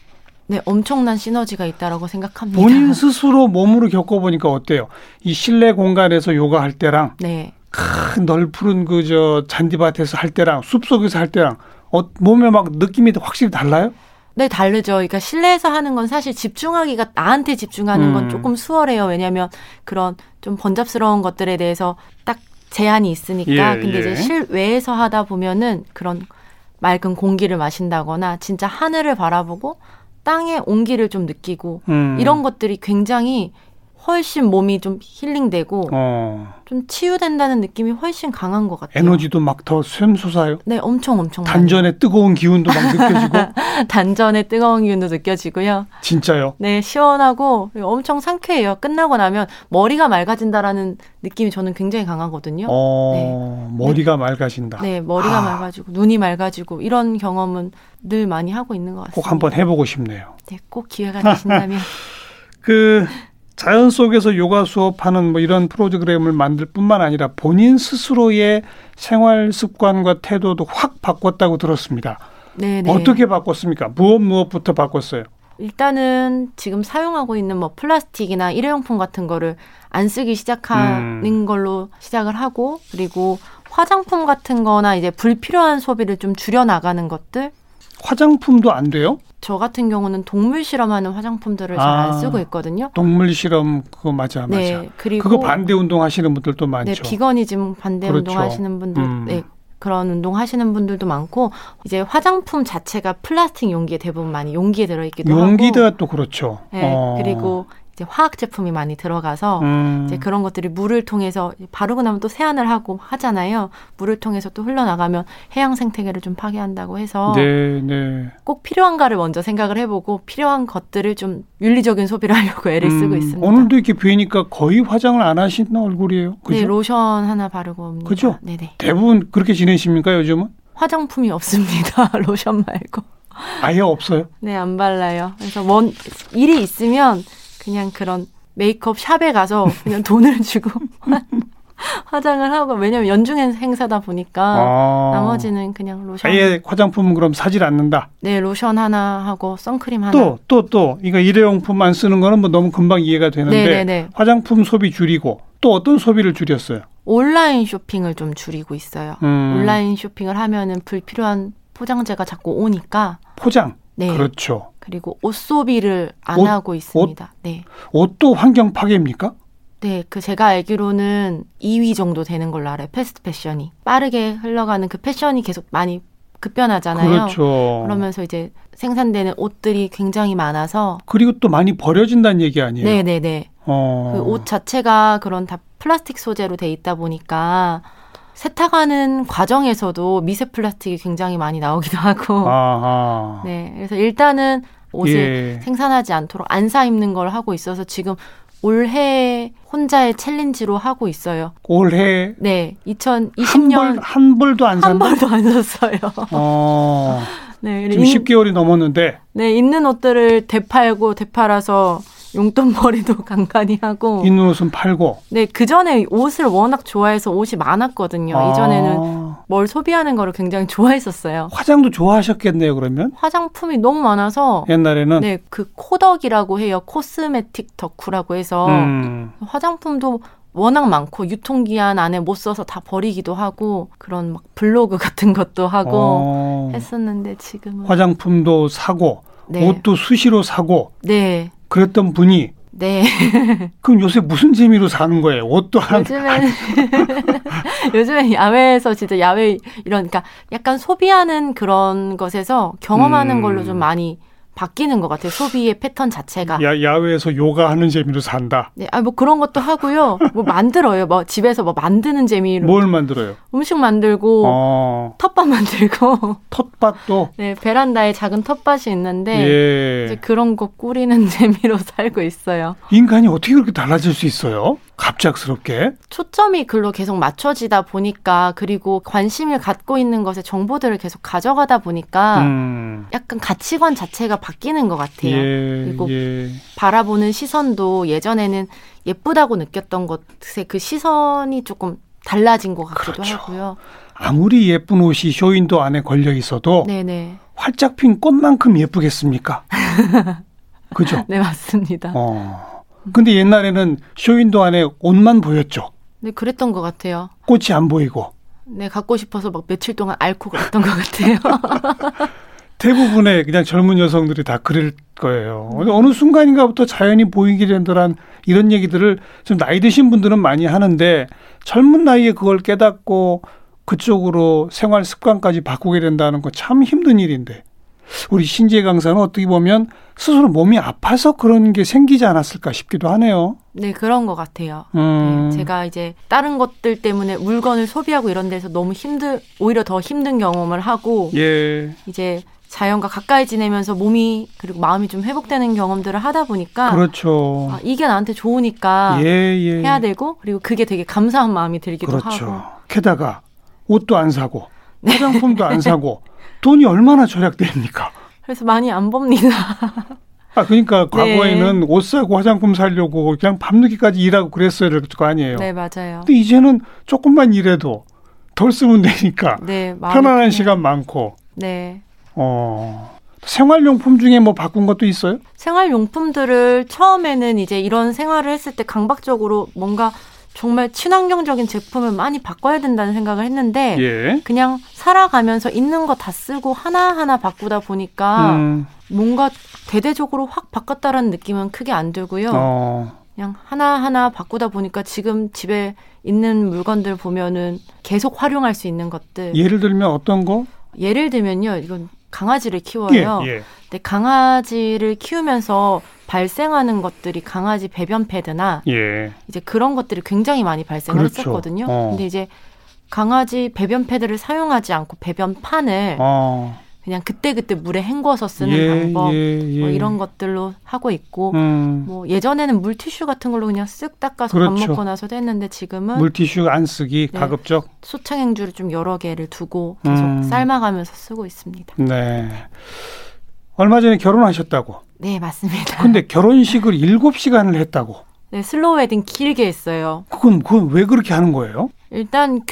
[SPEAKER 3] 네, 엄청난 시너지가 있다라고 생각합니다.
[SPEAKER 2] 본인 스스로 몸으로 겪어보니까 어때요? 이 실내 공간에서 요가할 때랑
[SPEAKER 3] 네.
[SPEAKER 2] 큰 널푸른 그 저 잔디밭에서 할 때랑 숲 속에서 할 때랑 어, 몸에 막 느낌이 확실히 달라요?
[SPEAKER 3] 네, 다르죠. 그러니까 실내에서 하는 건 사실 집중하기가 나한테 집중하는
[SPEAKER 2] 음.
[SPEAKER 3] 건 조금 수월해요. 왜냐하면 그런 좀 번잡스러운 것들에 대해서 딱 제한이 있으니까.
[SPEAKER 2] 예,
[SPEAKER 3] 근데
[SPEAKER 2] 예.
[SPEAKER 3] 이제 실외에서 하다 보면은 그런 맑은 공기를 마신다거나 진짜 하늘을 바라보고 땅의 온기를 좀 느끼고
[SPEAKER 2] 음.
[SPEAKER 3] 이런 것들이 굉장히 훨씬 몸이 좀 힐링되고
[SPEAKER 2] 어,
[SPEAKER 3] 좀 치유된다는 느낌이 훨씬 강한 것 같아요.
[SPEAKER 2] 에너지도 막 더 샘솟아요.
[SPEAKER 3] 네, 엄청 엄청 많이.
[SPEAKER 2] 단전의 뜨거운 기운도 막
[SPEAKER 3] 네.
[SPEAKER 2] 느껴지고
[SPEAKER 3] 단전의 뜨거운 기운도 느껴지고요.
[SPEAKER 2] 진짜요.
[SPEAKER 3] 네, 시원하고 엄청 상쾌해요. 끝나고 나면 머리가 맑아진다라는 느낌이 저는 굉장히 강하거든요.
[SPEAKER 2] 어, 머리가 맑아진다.
[SPEAKER 3] 네, 머리가
[SPEAKER 2] 아.
[SPEAKER 3] 맑아지고 눈이 맑아지고 이런 경험은 늘 많이 하고 있는 것 같습니다.
[SPEAKER 2] 꼭 한번 해보고 싶네요.
[SPEAKER 3] 네, 꼭 기회가 되신다면.
[SPEAKER 2] 그 자연 속에서 요가 수업하는 뭐 이런 프로그램을 만들 뿐만 아니라 본인 스스로의 생활 습관과 태도도 확 바꿨다고 들었습니다.
[SPEAKER 3] 네, 네.
[SPEAKER 2] 어떻게 바꿨습니까? 무엇 무엇부터 바꿨어요?
[SPEAKER 3] 일단은 지금 사용하고 있는 뭐 플라스틱이나 일회용품 같은 거를 안 쓰기 시작하는
[SPEAKER 2] 음.
[SPEAKER 3] 걸로 시작을 하고 그리고 화장품 같은 거나 이제 불필요한 소비를 좀 줄여 나가는 것들
[SPEAKER 2] 화장품도 안 돼요?
[SPEAKER 3] 저 같은 경우는 동물 실험하는 화장품들을 잘 안
[SPEAKER 2] 아.
[SPEAKER 3] 쓰고 있거든요.
[SPEAKER 2] 동물 실험 그거 맞아 맞아.
[SPEAKER 3] 네, 그리고
[SPEAKER 2] 그거 반대 운동 하시는 분들도 많죠.
[SPEAKER 3] 네, 비건이즘 반대
[SPEAKER 2] 그렇죠.
[SPEAKER 3] 운동 하시는 분들
[SPEAKER 2] 음.
[SPEAKER 3] 네. 그런 운동 하시는 분들도 많고 이제 화장품 자체가 플라스틱 용기에 대부분 많이 용기에 들어 있기도 하고
[SPEAKER 2] 용기가 또 그렇죠.
[SPEAKER 3] 네,
[SPEAKER 2] 어.
[SPEAKER 3] 그리고 이제 화학 제품이 많이 들어가서
[SPEAKER 2] 음.
[SPEAKER 3] 이제 그런 것들이 물을 통해서 바르고 나면 또 세안을 하고 하잖아요. 물을 통해서 또 흘러나가면 해양 생태계를 좀 파괴한다고 해서
[SPEAKER 2] 네, 네.
[SPEAKER 3] 꼭 필요한가를 먼저 생각을 해보고 필요한 것들을 좀 윤리적인 소비를 하려고 애를 쓰고
[SPEAKER 2] 음,
[SPEAKER 3] 있습니다.
[SPEAKER 2] 오늘도 이렇게 뵈니까 거의 화장을 안 하시는 얼굴이에요. 그죠?
[SPEAKER 3] 네, 로션 하나 바르고 옵니다.
[SPEAKER 2] 그죠?
[SPEAKER 3] 네네.
[SPEAKER 2] 대부분 그렇게 지내십니까 요즘은?
[SPEAKER 3] 화장품이 없습니다. 로션 말고.
[SPEAKER 2] 아예 없어요.
[SPEAKER 3] 네, 안 발라요. 그래서 뭔 일이 있으면 그냥 그런 메이크업 샵에 가서 그냥 돈을 주고 화장을 하고 왜냐면 연중 행사다 보니까
[SPEAKER 2] 아.
[SPEAKER 3] 나머지는 그냥 로션
[SPEAKER 2] 아예 화장품은 그럼 사질 않는다.
[SPEAKER 3] 네, 로션 하나 하고 선크림 하나.
[SPEAKER 2] 또 또 또 이거 일회용품 안 쓰는 거는 뭐 너무 금방 이해가 되는데
[SPEAKER 3] 네네네.
[SPEAKER 2] 화장품 소비 줄이고 또 어떤 소비를 줄였어요?
[SPEAKER 3] 온라인 쇼핑을 좀 줄이고 있어요.
[SPEAKER 2] 음,
[SPEAKER 3] 온라인 쇼핑을 하면은 불필요한 포장재가 자꾸 오니까.
[SPEAKER 2] 포장
[SPEAKER 3] 네.
[SPEAKER 2] 그렇죠.
[SPEAKER 3] 그리고 옷 소비를 안
[SPEAKER 2] 옷?
[SPEAKER 3] 하고 있습니다. 네.
[SPEAKER 2] 옷도 환경 파괴입니까?
[SPEAKER 3] 네, 그 제가 알기로는 2위 정도 되는 걸로 알아요. 패스트 패션이. 빠르게 흘러가는 그 패션이 계속 많이 급변하잖아요.
[SPEAKER 2] 그렇죠.
[SPEAKER 3] 그러면서 이제 생산되는 옷들이 굉장히 많아서
[SPEAKER 2] 그리고 또 많이 버려진다는 얘기 아니에요?
[SPEAKER 3] 네, 네, 네.
[SPEAKER 2] 예. 어.
[SPEAKER 3] 그 옷 자체가 그런 다 플라스틱 소재로 돼 있다 보니까 세탁하는 과정에서도 미세 플라스틱이 굉장히 많이 나오기도 하고
[SPEAKER 2] 아하.
[SPEAKER 3] 네 그래서 일단은 네, 옷을
[SPEAKER 2] 어. 예.
[SPEAKER 3] 생산하지 않도록 안 사 입는 걸 하고 있어서 지금 올해 혼자의 챌린지로 하고 있어요.
[SPEAKER 2] 올해
[SPEAKER 3] 네,
[SPEAKER 2] 한 벌
[SPEAKER 3] 2020년
[SPEAKER 2] 한 벌도 안
[SPEAKER 3] 한
[SPEAKER 2] 산다.
[SPEAKER 3] 벌도 안 샀어요.
[SPEAKER 2] 어.
[SPEAKER 3] 네,
[SPEAKER 2] 지금
[SPEAKER 3] 인-
[SPEAKER 2] 10개월이 넘었는데
[SPEAKER 3] 네, 있는 옷들을 되팔고 되팔아서 용돈벌이도 간간히 하고
[SPEAKER 2] 있는 옷은 팔고.
[SPEAKER 3] 네, 그 전에 옷을 워낙 좋아해서 옷이 많았거든요.
[SPEAKER 2] 아,
[SPEAKER 3] 이전에는 뭘 소비하는 거를 굉장히 좋아했었어요.
[SPEAKER 2] 화장도 좋아하셨겠네요. 그러면
[SPEAKER 3] 화장품이 너무 많아서
[SPEAKER 2] 옛날에는
[SPEAKER 3] 네, 그 코덕이라고 해요. 코스메틱 덕후라고 해서
[SPEAKER 2] 음,
[SPEAKER 3] 화장품도 워낙 많고 유통기한 안에 못 써서 다 버리기도 하고 그런 막 블로그 같은 것도 하고
[SPEAKER 2] 어,
[SPEAKER 3] 했었는데 지금은
[SPEAKER 2] 화장품도 사고
[SPEAKER 3] 네.
[SPEAKER 2] 옷도 수시로 사고
[SPEAKER 3] 네.
[SPEAKER 2] 그랬던 분이
[SPEAKER 3] 네.
[SPEAKER 2] 그럼 요새 무슨 재미로 사는 거예요? 옷도 안
[SPEAKER 3] 요즘엔 요즘엔 야외에서 진짜 야외 이런 그러니까 약간 소비하는 그런 것에서 경험하는
[SPEAKER 2] 음.
[SPEAKER 3] 걸로 좀 많이 바뀌는 것 같아요. 소비의 패턴 자체가.
[SPEAKER 2] 야, 야외에서 요가하는 재미로 산다.
[SPEAKER 3] 네, 아, 뭐 그런 것도 하고요. 뭐 만들어요. 뭐 집에서 뭐 만드는 재미로
[SPEAKER 2] 뭘 만들어요?
[SPEAKER 3] 음식 만들고
[SPEAKER 2] 어,
[SPEAKER 3] 텃밭 만들고
[SPEAKER 2] 텃밭도
[SPEAKER 3] 네, 베란다에 작은 텃밭이 있는데 네. 이제
[SPEAKER 2] 예.
[SPEAKER 3] 그런 거 꾸리는 재미로 살고 있어요.
[SPEAKER 2] 인간이 어떻게 그렇게 달라질 수 있어요? 갑작스럽게.
[SPEAKER 3] 초점이 글로 계속 맞춰지다 보니까 그리고 관심을 갖고 있는 것에 정보들을 계속 가져가다 보니까
[SPEAKER 2] 음.
[SPEAKER 3] 약간 가치관 자체가 바뀌는 것 같아요.
[SPEAKER 2] 예,
[SPEAKER 3] 그리고
[SPEAKER 2] 예.
[SPEAKER 3] 바라보는 시선도 예전에는 예쁘다고 느꼈던 것에 그 시선이 조금 달라진 것 같기도
[SPEAKER 2] 그렇죠.
[SPEAKER 3] 하고요.
[SPEAKER 2] 아무리 예쁜 옷이 쇼윈도 안에 걸려 있어도
[SPEAKER 3] 네네.
[SPEAKER 2] 활짝 핀 꽃만큼 예쁘겠습니까? 그죠?
[SPEAKER 3] 네, 맞습니다.
[SPEAKER 2] 어. 근데 옛날에는 쇼윈도 안에 옷만 보였죠.
[SPEAKER 3] 네, 그랬던 것 같아요.
[SPEAKER 2] 꽃이 안 보이고.
[SPEAKER 3] 네, 갖고 싶어서 막 며칠 동안 앓고 그랬던 것 같아요.
[SPEAKER 2] 대부분의 그냥 젊은 여성들이 다 그럴 거예요. 어느 순간인가부터 자연이 보이게 된다란 이런 얘기들을 좀 나이 드신 분들은 많이 하는데 젊은 나이에 그걸 깨닫고 그쪽으로 생활 습관까지 바꾸게 된다는 건 참 힘든 일인데 우리 신재 강사는 어떻게 보면 스스로 몸이 아파서 그런 게 생기지 않았을까 싶기도 하네요.
[SPEAKER 3] 네, 그런 것 같아요.
[SPEAKER 2] 음,
[SPEAKER 3] 네, 제가 이제 다른 것들 때문에 물건을 소비하고 이런 데서 너무 힘들, 오히려 더 힘든 경험을 하고
[SPEAKER 2] 예
[SPEAKER 3] 이제 자연과 가까이 지내면서 몸이 그리고 마음이 좀 회복되는 경험들을 하다 보니까
[SPEAKER 2] 그렇죠.
[SPEAKER 3] 아, 이게 나한테 좋으니까
[SPEAKER 2] 예 예.
[SPEAKER 3] 아, 해야 되고 그리고 그게 되게 감사한 마음이 들기도 하고 네.
[SPEAKER 2] 그렇죠. 게다가 옷도 안 사고 화장품도 안 사고 돈이 얼마나 절약됩니까?
[SPEAKER 3] 그래서 많이 안 봅니다.
[SPEAKER 2] 아
[SPEAKER 3] 네.
[SPEAKER 2] 그러니까 과거에는 옷 사고 화장품 사려고 그냥 밤늦게까지 일하고 그랬어야 될 거 아니에요.
[SPEAKER 3] 네 맞아요.
[SPEAKER 2] 근데 이제는 조금만 일해도 덜 쓰면 되니까
[SPEAKER 3] 네 마음이
[SPEAKER 2] 편안한
[SPEAKER 3] 그냥-
[SPEAKER 2] 시간 많고
[SPEAKER 3] 네
[SPEAKER 2] 어 생활용품 중에 뭐 바꾼 것도 있어요?
[SPEAKER 3] 생활용품들을 처음에는 이제 이런 생활을 했을 때 강박적으로 뭔가 정말 친환경적인 제품을 많이 바꿔야 된다는 생각을 했는데
[SPEAKER 2] 예.
[SPEAKER 3] 그냥 살아가면서 있는 거 다 쓰고 하나하나 바꾸다 보니까
[SPEAKER 2] 음,
[SPEAKER 3] 뭔가 대대적으로 확 바꿨다라는 느낌은 크게 안 들고요.
[SPEAKER 2] 어,
[SPEAKER 3] 그냥 하나하나 바꾸다 보니까 지금 집에 있는 물건들 보면은 계속 활용할 수 있는 것들.
[SPEAKER 2] 예를 들면 어떤 거?
[SPEAKER 3] 예. 를 들면요. 이건 강아지를 키워요.
[SPEAKER 2] 예, 예.
[SPEAKER 3] 근데 강아지를 키우면서 발생하는 것들이 강아지 배변 패드나
[SPEAKER 2] 예.
[SPEAKER 3] 이제 그런 것들이 굉장히 많이 발생을
[SPEAKER 2] 그렇죠.
[SPEAKER 3] 했었거든요.
[SPEAKER 2] 어.
[SPEAKER 3] 근데 이제 강아지 배변 패드를 사용하지 않고 배변판을
[SPEAKER 2] 어.
[SPEAKER 3] 그냥 그때그때 물에 헹궈서 쓰는
[SPEAKER 2] 예,
[SPEAKER 3] 방법
[SPEAKER 2] 예, 예.
[SPEAKER 3] 뭐 이런 것들로 하고 있고
[SPEAKER 2] 음.
[SPEAKER 3] 뭐 예전에는 물티슈 같은 걸로 그냥 쓱 닦아서
[SPEAKER 2] 그렇죠.
[SPEAKER 3] 밥 먹고 나서도 했는데 지금은
[SPEAKER 2] 물티슈 안 쓰기
[SPEAKER 3] 네.
[SPEAKER 2] 가급적.
[SPEAKER 3] 소창행주를 좀 여러 개를 두고 계속
[SPEAKER 2] 음.
[SPEAKER 3] 삶아가면서 쓰고 있습니다.
[SPEAKER 2] 네. 얼마 전에 결혼하셨다고.
[SPEAKER 3] 네 맞습니다.
[SPEAKER 2] 근데 결혼식을 일곱 시간을 했다고.
[SPEAKER 3] 네 슬로우 웨딩 길게 했어요.
[SPEAKER 2] 그건 그건 왜 그렇게 하는 거예요?
[SPEAKER 3] 일단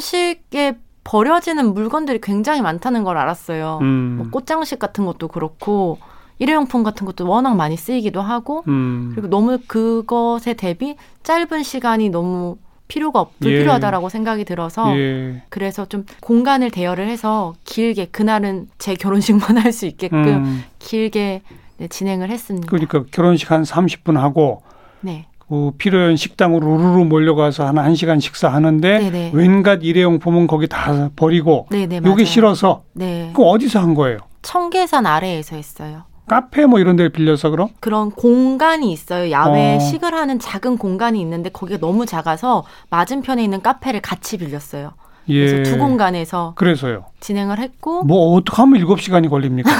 [SPEAKER 3] 결혼식에 버려지는 물건들이 굉장히 많다는 걸 알았어요.
[SPEAKER 2] 음.
[SPEAKER 3] 뭐 꽃장식 같은 것도 그렇고 일회용품 같은 것도 워낙 많이 쓰이기도 하고
[SPEAKER 2] 음.
[SPEAKER 3] 그리고 너무 그것에 대비 짧은 시간이 너무 필요가 없
[SPEAKER 2] 예.
[SPEAKER 3] 불필요하다라고 생각이 들어서
[SPEAKER 2] 예.
[SPEAKER 3] 그래서 좀 공간을 대여를 해서 길게 그날은 제 결혼식만 할 수 있게끔
[SPEAKER 2] 음.
[SPEAKER 3] 길게 네, 진행을 했습니다.
[SPEAKER 2] 그러니까 결혼식 한 30분 하고
[SPEAKER 3] 네.
[SPEAKER 2] 그 필요한 식당으로 우르르 몰려가서 한 1시간 식사하는데
[SPEAKER 3] 네네.
[SPEAKER 2] 웬갓 일회용품은 거기 다 버리고
[SPEAKER 3] 네, 네, 맞아요.
[SPEAKER 2] 요게 싫어서
[SPEAKER 3] 네.
[SPEAKER 2] 그거 어디서 한 거예요?
[SPEAKER 3] 청계산 아래에서 했어요.
[SPEAKER 2] 카페 뭐 이런 데를 빌려서 그럼?
[SPEAKER 3] 그런 공간이 있어요. 야외
[SPEAKER 2] 어.
[SPEAKER 3] 식을 하는 작은 공간이 있는데 거기가 너무 작아서 맞은편에 있는 카페를 같이 빌렸어요. 그래서
[SPEAKER 2] 예.
[SPEAKER 3] 두 공간에서
[SPEAKER 2] 그래서요.
[SPEAKER 3] 진행을 했고
[SPEAKER 2] 뭐 어떻게 하면 7시간이 걸립니까?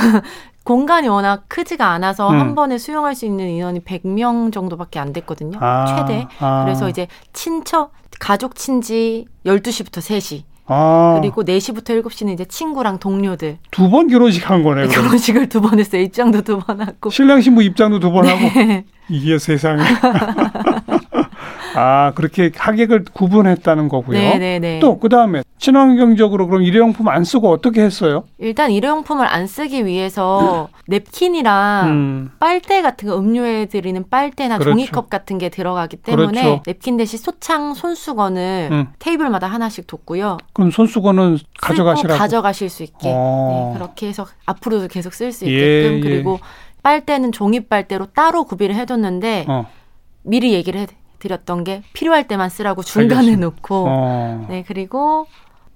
[SPEAKER 3] 공간이 워낙 크지가 않아서
[SPEAKER 2] 음.
[SPEAKER 3] 한 번에 수용할 수 있는 인원이 100명 정도밖에 안 됐거든요.
[SPEAKER 2] 아,
[SPEAKER 3] 최대.
[SPEAKER 2] 아.
[SPEAKER 3] 그래서 이제 친척 가족 친지 12시부터 3시
[SPEAKER 2] 아.
[SPEAKER 3] 그리고 4시부터 7시는 이제 친구랑 동료들
[SPEAKER 2] 두 번 결혼식 한 거네. 그렇죠. 요
[SPEAKER 3] 결혼식을 두 번 했어요. 입장도 두 번 하고. 네.
[SPEAKER 2] 신랑 신부 입장도 두 번 하고. 이게 세상에. 아, 그렇게 하객을 구분했다는 거고요.
[SPEAKER 3] 네네네.
[SPEAKER 2] 또 그다음에 친환경적으로 그럼 일회용품 안 쓰고 어떻게 했어요?
[SPEAKER 3] 일단 일회용품을 안 쓰기 위해서 냅킨이랑
[SPEAKER 2] 음.
[SPEAKER 3] 빨대 같은 거 음료에 드리는 빨대나
[SPEAKER 2] 그렇죠.
[SPEAKER 3] 종이컵 같은 게 들어가기 때문에
[SPEAKER 2] 그렇죠.
[SPEAKER 3] 냅킨 대신 소창 손수건을
[SPEAKER 2] 음.
[SPEAKER 3] 테이블마다 하나씩 뒀고요.
[SPEAKER 2] 그럼 손수건은 가져가시라고.
[SPEAKER 3] 쓸고 가져가실 수 있게
[SPEAKER 2] 어.
[SPEAKER 3] 네, 그렇게 해서 앞으로도 계속 쓸 수
[SPEAKER 2] 예,
[SPEAKER 3] 있게끔
[SPEAKER 2] 예.
[SPEAKER 3] 그리고 빨대는 종이 빨대로 따로 구비를 해뒀는데
[SPEAKER 2] 어.
[SPEAKER 3] 미리 얘기를 해드렸던 게 필요할 때만 쓰라고 중간에
[SPEAKER 2] 알겠습니다.
[SPEAKER 3] 놓고
[SPEAKER 2] 어.
[SPEAKER 3] 네 그리고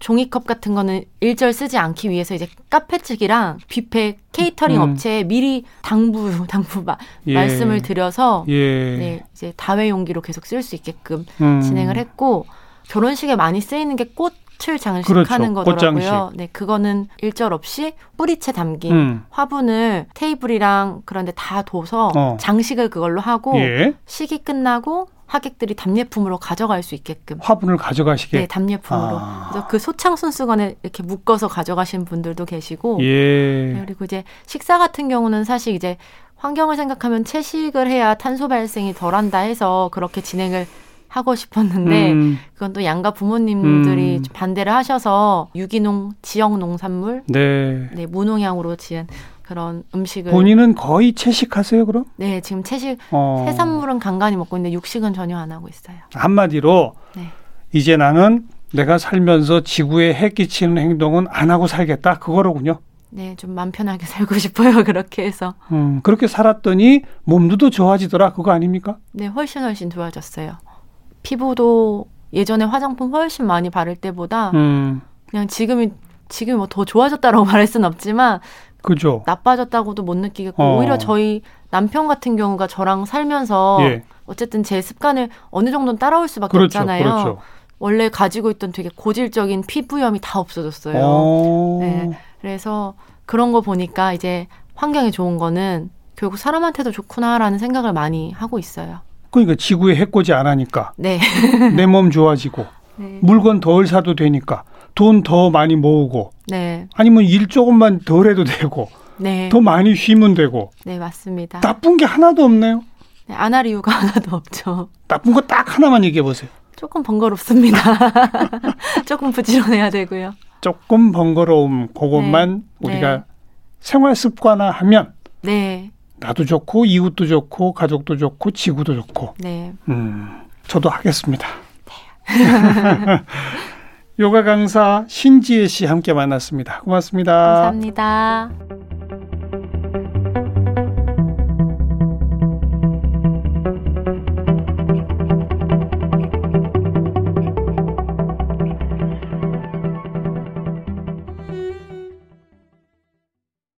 [SPEAKER 3] 종이컵 같은 거는 일절 쓰지 않기 위해서 이제 카페 측이랑 뷔페 케이터링
[SPEAKER 2] 음.
[SPEAKER 3] 업체에 미리 당부 당부 마-
[SPEAKER 2] 예.
[SPEAKER 3] 말씀을 드려서
[SPEAKER 2] 예.
[SPEAKER 3] 네, 이제 다회용기로 계속 쓸 수 있게끔
[SPEAKER 2] 음.
[SPEAKER 3] 진행을 했고 결혼식에 많이 쓰이는 게 꽃을
[SPEAKER 2] 그렇죠.
[SPEAKER 3] 장식하는
[SPEAKER 2] 꽃장식.
[SPEAKER 3] 거더라고요. 네, 그거는 일절 없이 뿌리채 담긴
[SPEAKER 2] 음.
[SPEAKER 3] 화분을 테이블이랑 그런데 다 둬서
[SPEAKER 2] 어.
[SPEAKER 3] 장식을 그걸로 하고
[SPEAKER 2] 예.
[SPEAKER 3] 식이 끝나고 하객들이 답례품으로 가져갈 수 있게끔
[SPEAKER 2] 화분을 가져가시게.
[SPEAKER 3] 네, 답례품으로.
[SPEAKER 2] 예. 아.
[SPEAKER 3] 그래서 그 소창 손수건에 이렇게 묶어서 가져가신 분들도 계시고 네,
[SPEAKER 2] 예.
[SPEAKER 3] 그리고 이제 식사 같은 경우는 사실 이제 환경을 생각하면 채식을 해야 탄소 발생이 덜한다 해서 그렇게 진행을 하고 싶었는데
[SPEAKER 2] 음.
[SPEAKER 3] 그건 또 양가 부모님들이
[SPEAKER 2] 음.
[SPEAKER 3] 좀 반대를 하셔서 유기농 지역 농산물
[SPEAKER 2] 네.
[SPEAKER 3] 네 무농양으로 지은 그런 음식을
[SPEAKER 2] 본인은 거의 채식하세요, 그럼?
[SPEAKER 3] 네 지금 채식
[SPEAKER 2] 어.
[SPEAKER 3] 해산물은 간간히 먹고 있는데 육식은 전혀 안 하고 있어요.
[SPEAKER 2] 한마디로
[SPEAKER 3] 네.
[SPEAKER 2] 이제 나는 내가 살면서 지구에 해 끼치는 행동은 안 하고 살겠다 그거로군요.
[SPEAKER 3] 네, 좀 마음 편하게 살고 싶어요. 그렇게 해서.
[SPEAKER 2] 음, 그렇게 살았더니 몸도 더 좋아지더라 그거 아닙니까?
[SPEAKER 3] 네, 훨씬 훨씬 좋아졌어요. 피부도 예전에 화장품 훨씬 많이 바를 때보다
[SPEAKER 2] 음,
[SPEAKER 3] 그냥 지금이 지금 뭐 더 좋아졌다라고 말할 순 없지만
[SPEAKER 2] 그죠.
[SPEAKER 3] 나빠졌다고도 못 느끼겠고
[SPEAKER 2] 어.
[SPEAKER 3] 오히려 저희 남편 같은 경우가 저랑 살면서
[SPEAKER 2] 예,
[SPEAKER 3] 어쨌든 제 습관을 어느 정도는 따라올 수밖에
[SPEAKER 2] 그렇죠,
[SPEAKER 3] 없잖아요.
[SPEAKER 2] 그렇죠.
[SPEAKER 3] 원래 가지고 있던 되게 고질적인 피부염이 다 없어졌어요.
[SPEAKER 2] 어,
[SPEAKER 3] 네. 그래서 그런 거 보니까 이제 환경에 좋은 거는 결국 사람한테도 좋구나라는 생각을 많이 하고 있어요.
[SPEAKER 2] 그러니까 지구에 해코지 안 하니까
[SPEAKER 3] 네.
[SPEAKER 2] 내 몸 좋아지고
[SPEAKER 3] 네.
[SPEAKER 2] 물건 덜 사도 되니까 돈 더 많이 모으고
[SPEAKER 3] 네.
[SPEAKER 2] 아니면 일 조금만 덜 해도 되고
[SPEAKER 3] 네.
[SPEAKER 2] 더 많이 쉬면 되고
[SPEAKER 3] 네, 맞습니다.
[SPEAKER 2] 나쁜 게 하나도 없네요.
[SPEAKER 3] 네, 안할 이유가 하나도 없죠.
[SPEAKER 2] 나쁜 거 딱 하나만 얘기해 보세요.
[SPEAKER 3] 조금 번거롭습니다. 조금 부지런해야 되고요.
[SPEAKER 2] 조금 번거로움 그것만
[SPEAKER 3] 네.
[SPEAKER 2] 우리가
[SPEAKER 3] 네.
[SPEAKER 2] 생활 습관화 하면
[SPEAKER 3] 네.
[SPEAKER 2] 나도 좋고 이웃도 좋고 가족도 좋고 지구도 좋고
[SPEAKER 3] 네.
[SPEAKER 2] 음 저도 하겠습니다. 네. 요가 강사 신지혜 씨 함께 만났습니다. 고맙습니다
[SPEAKER 3] 감사합니다.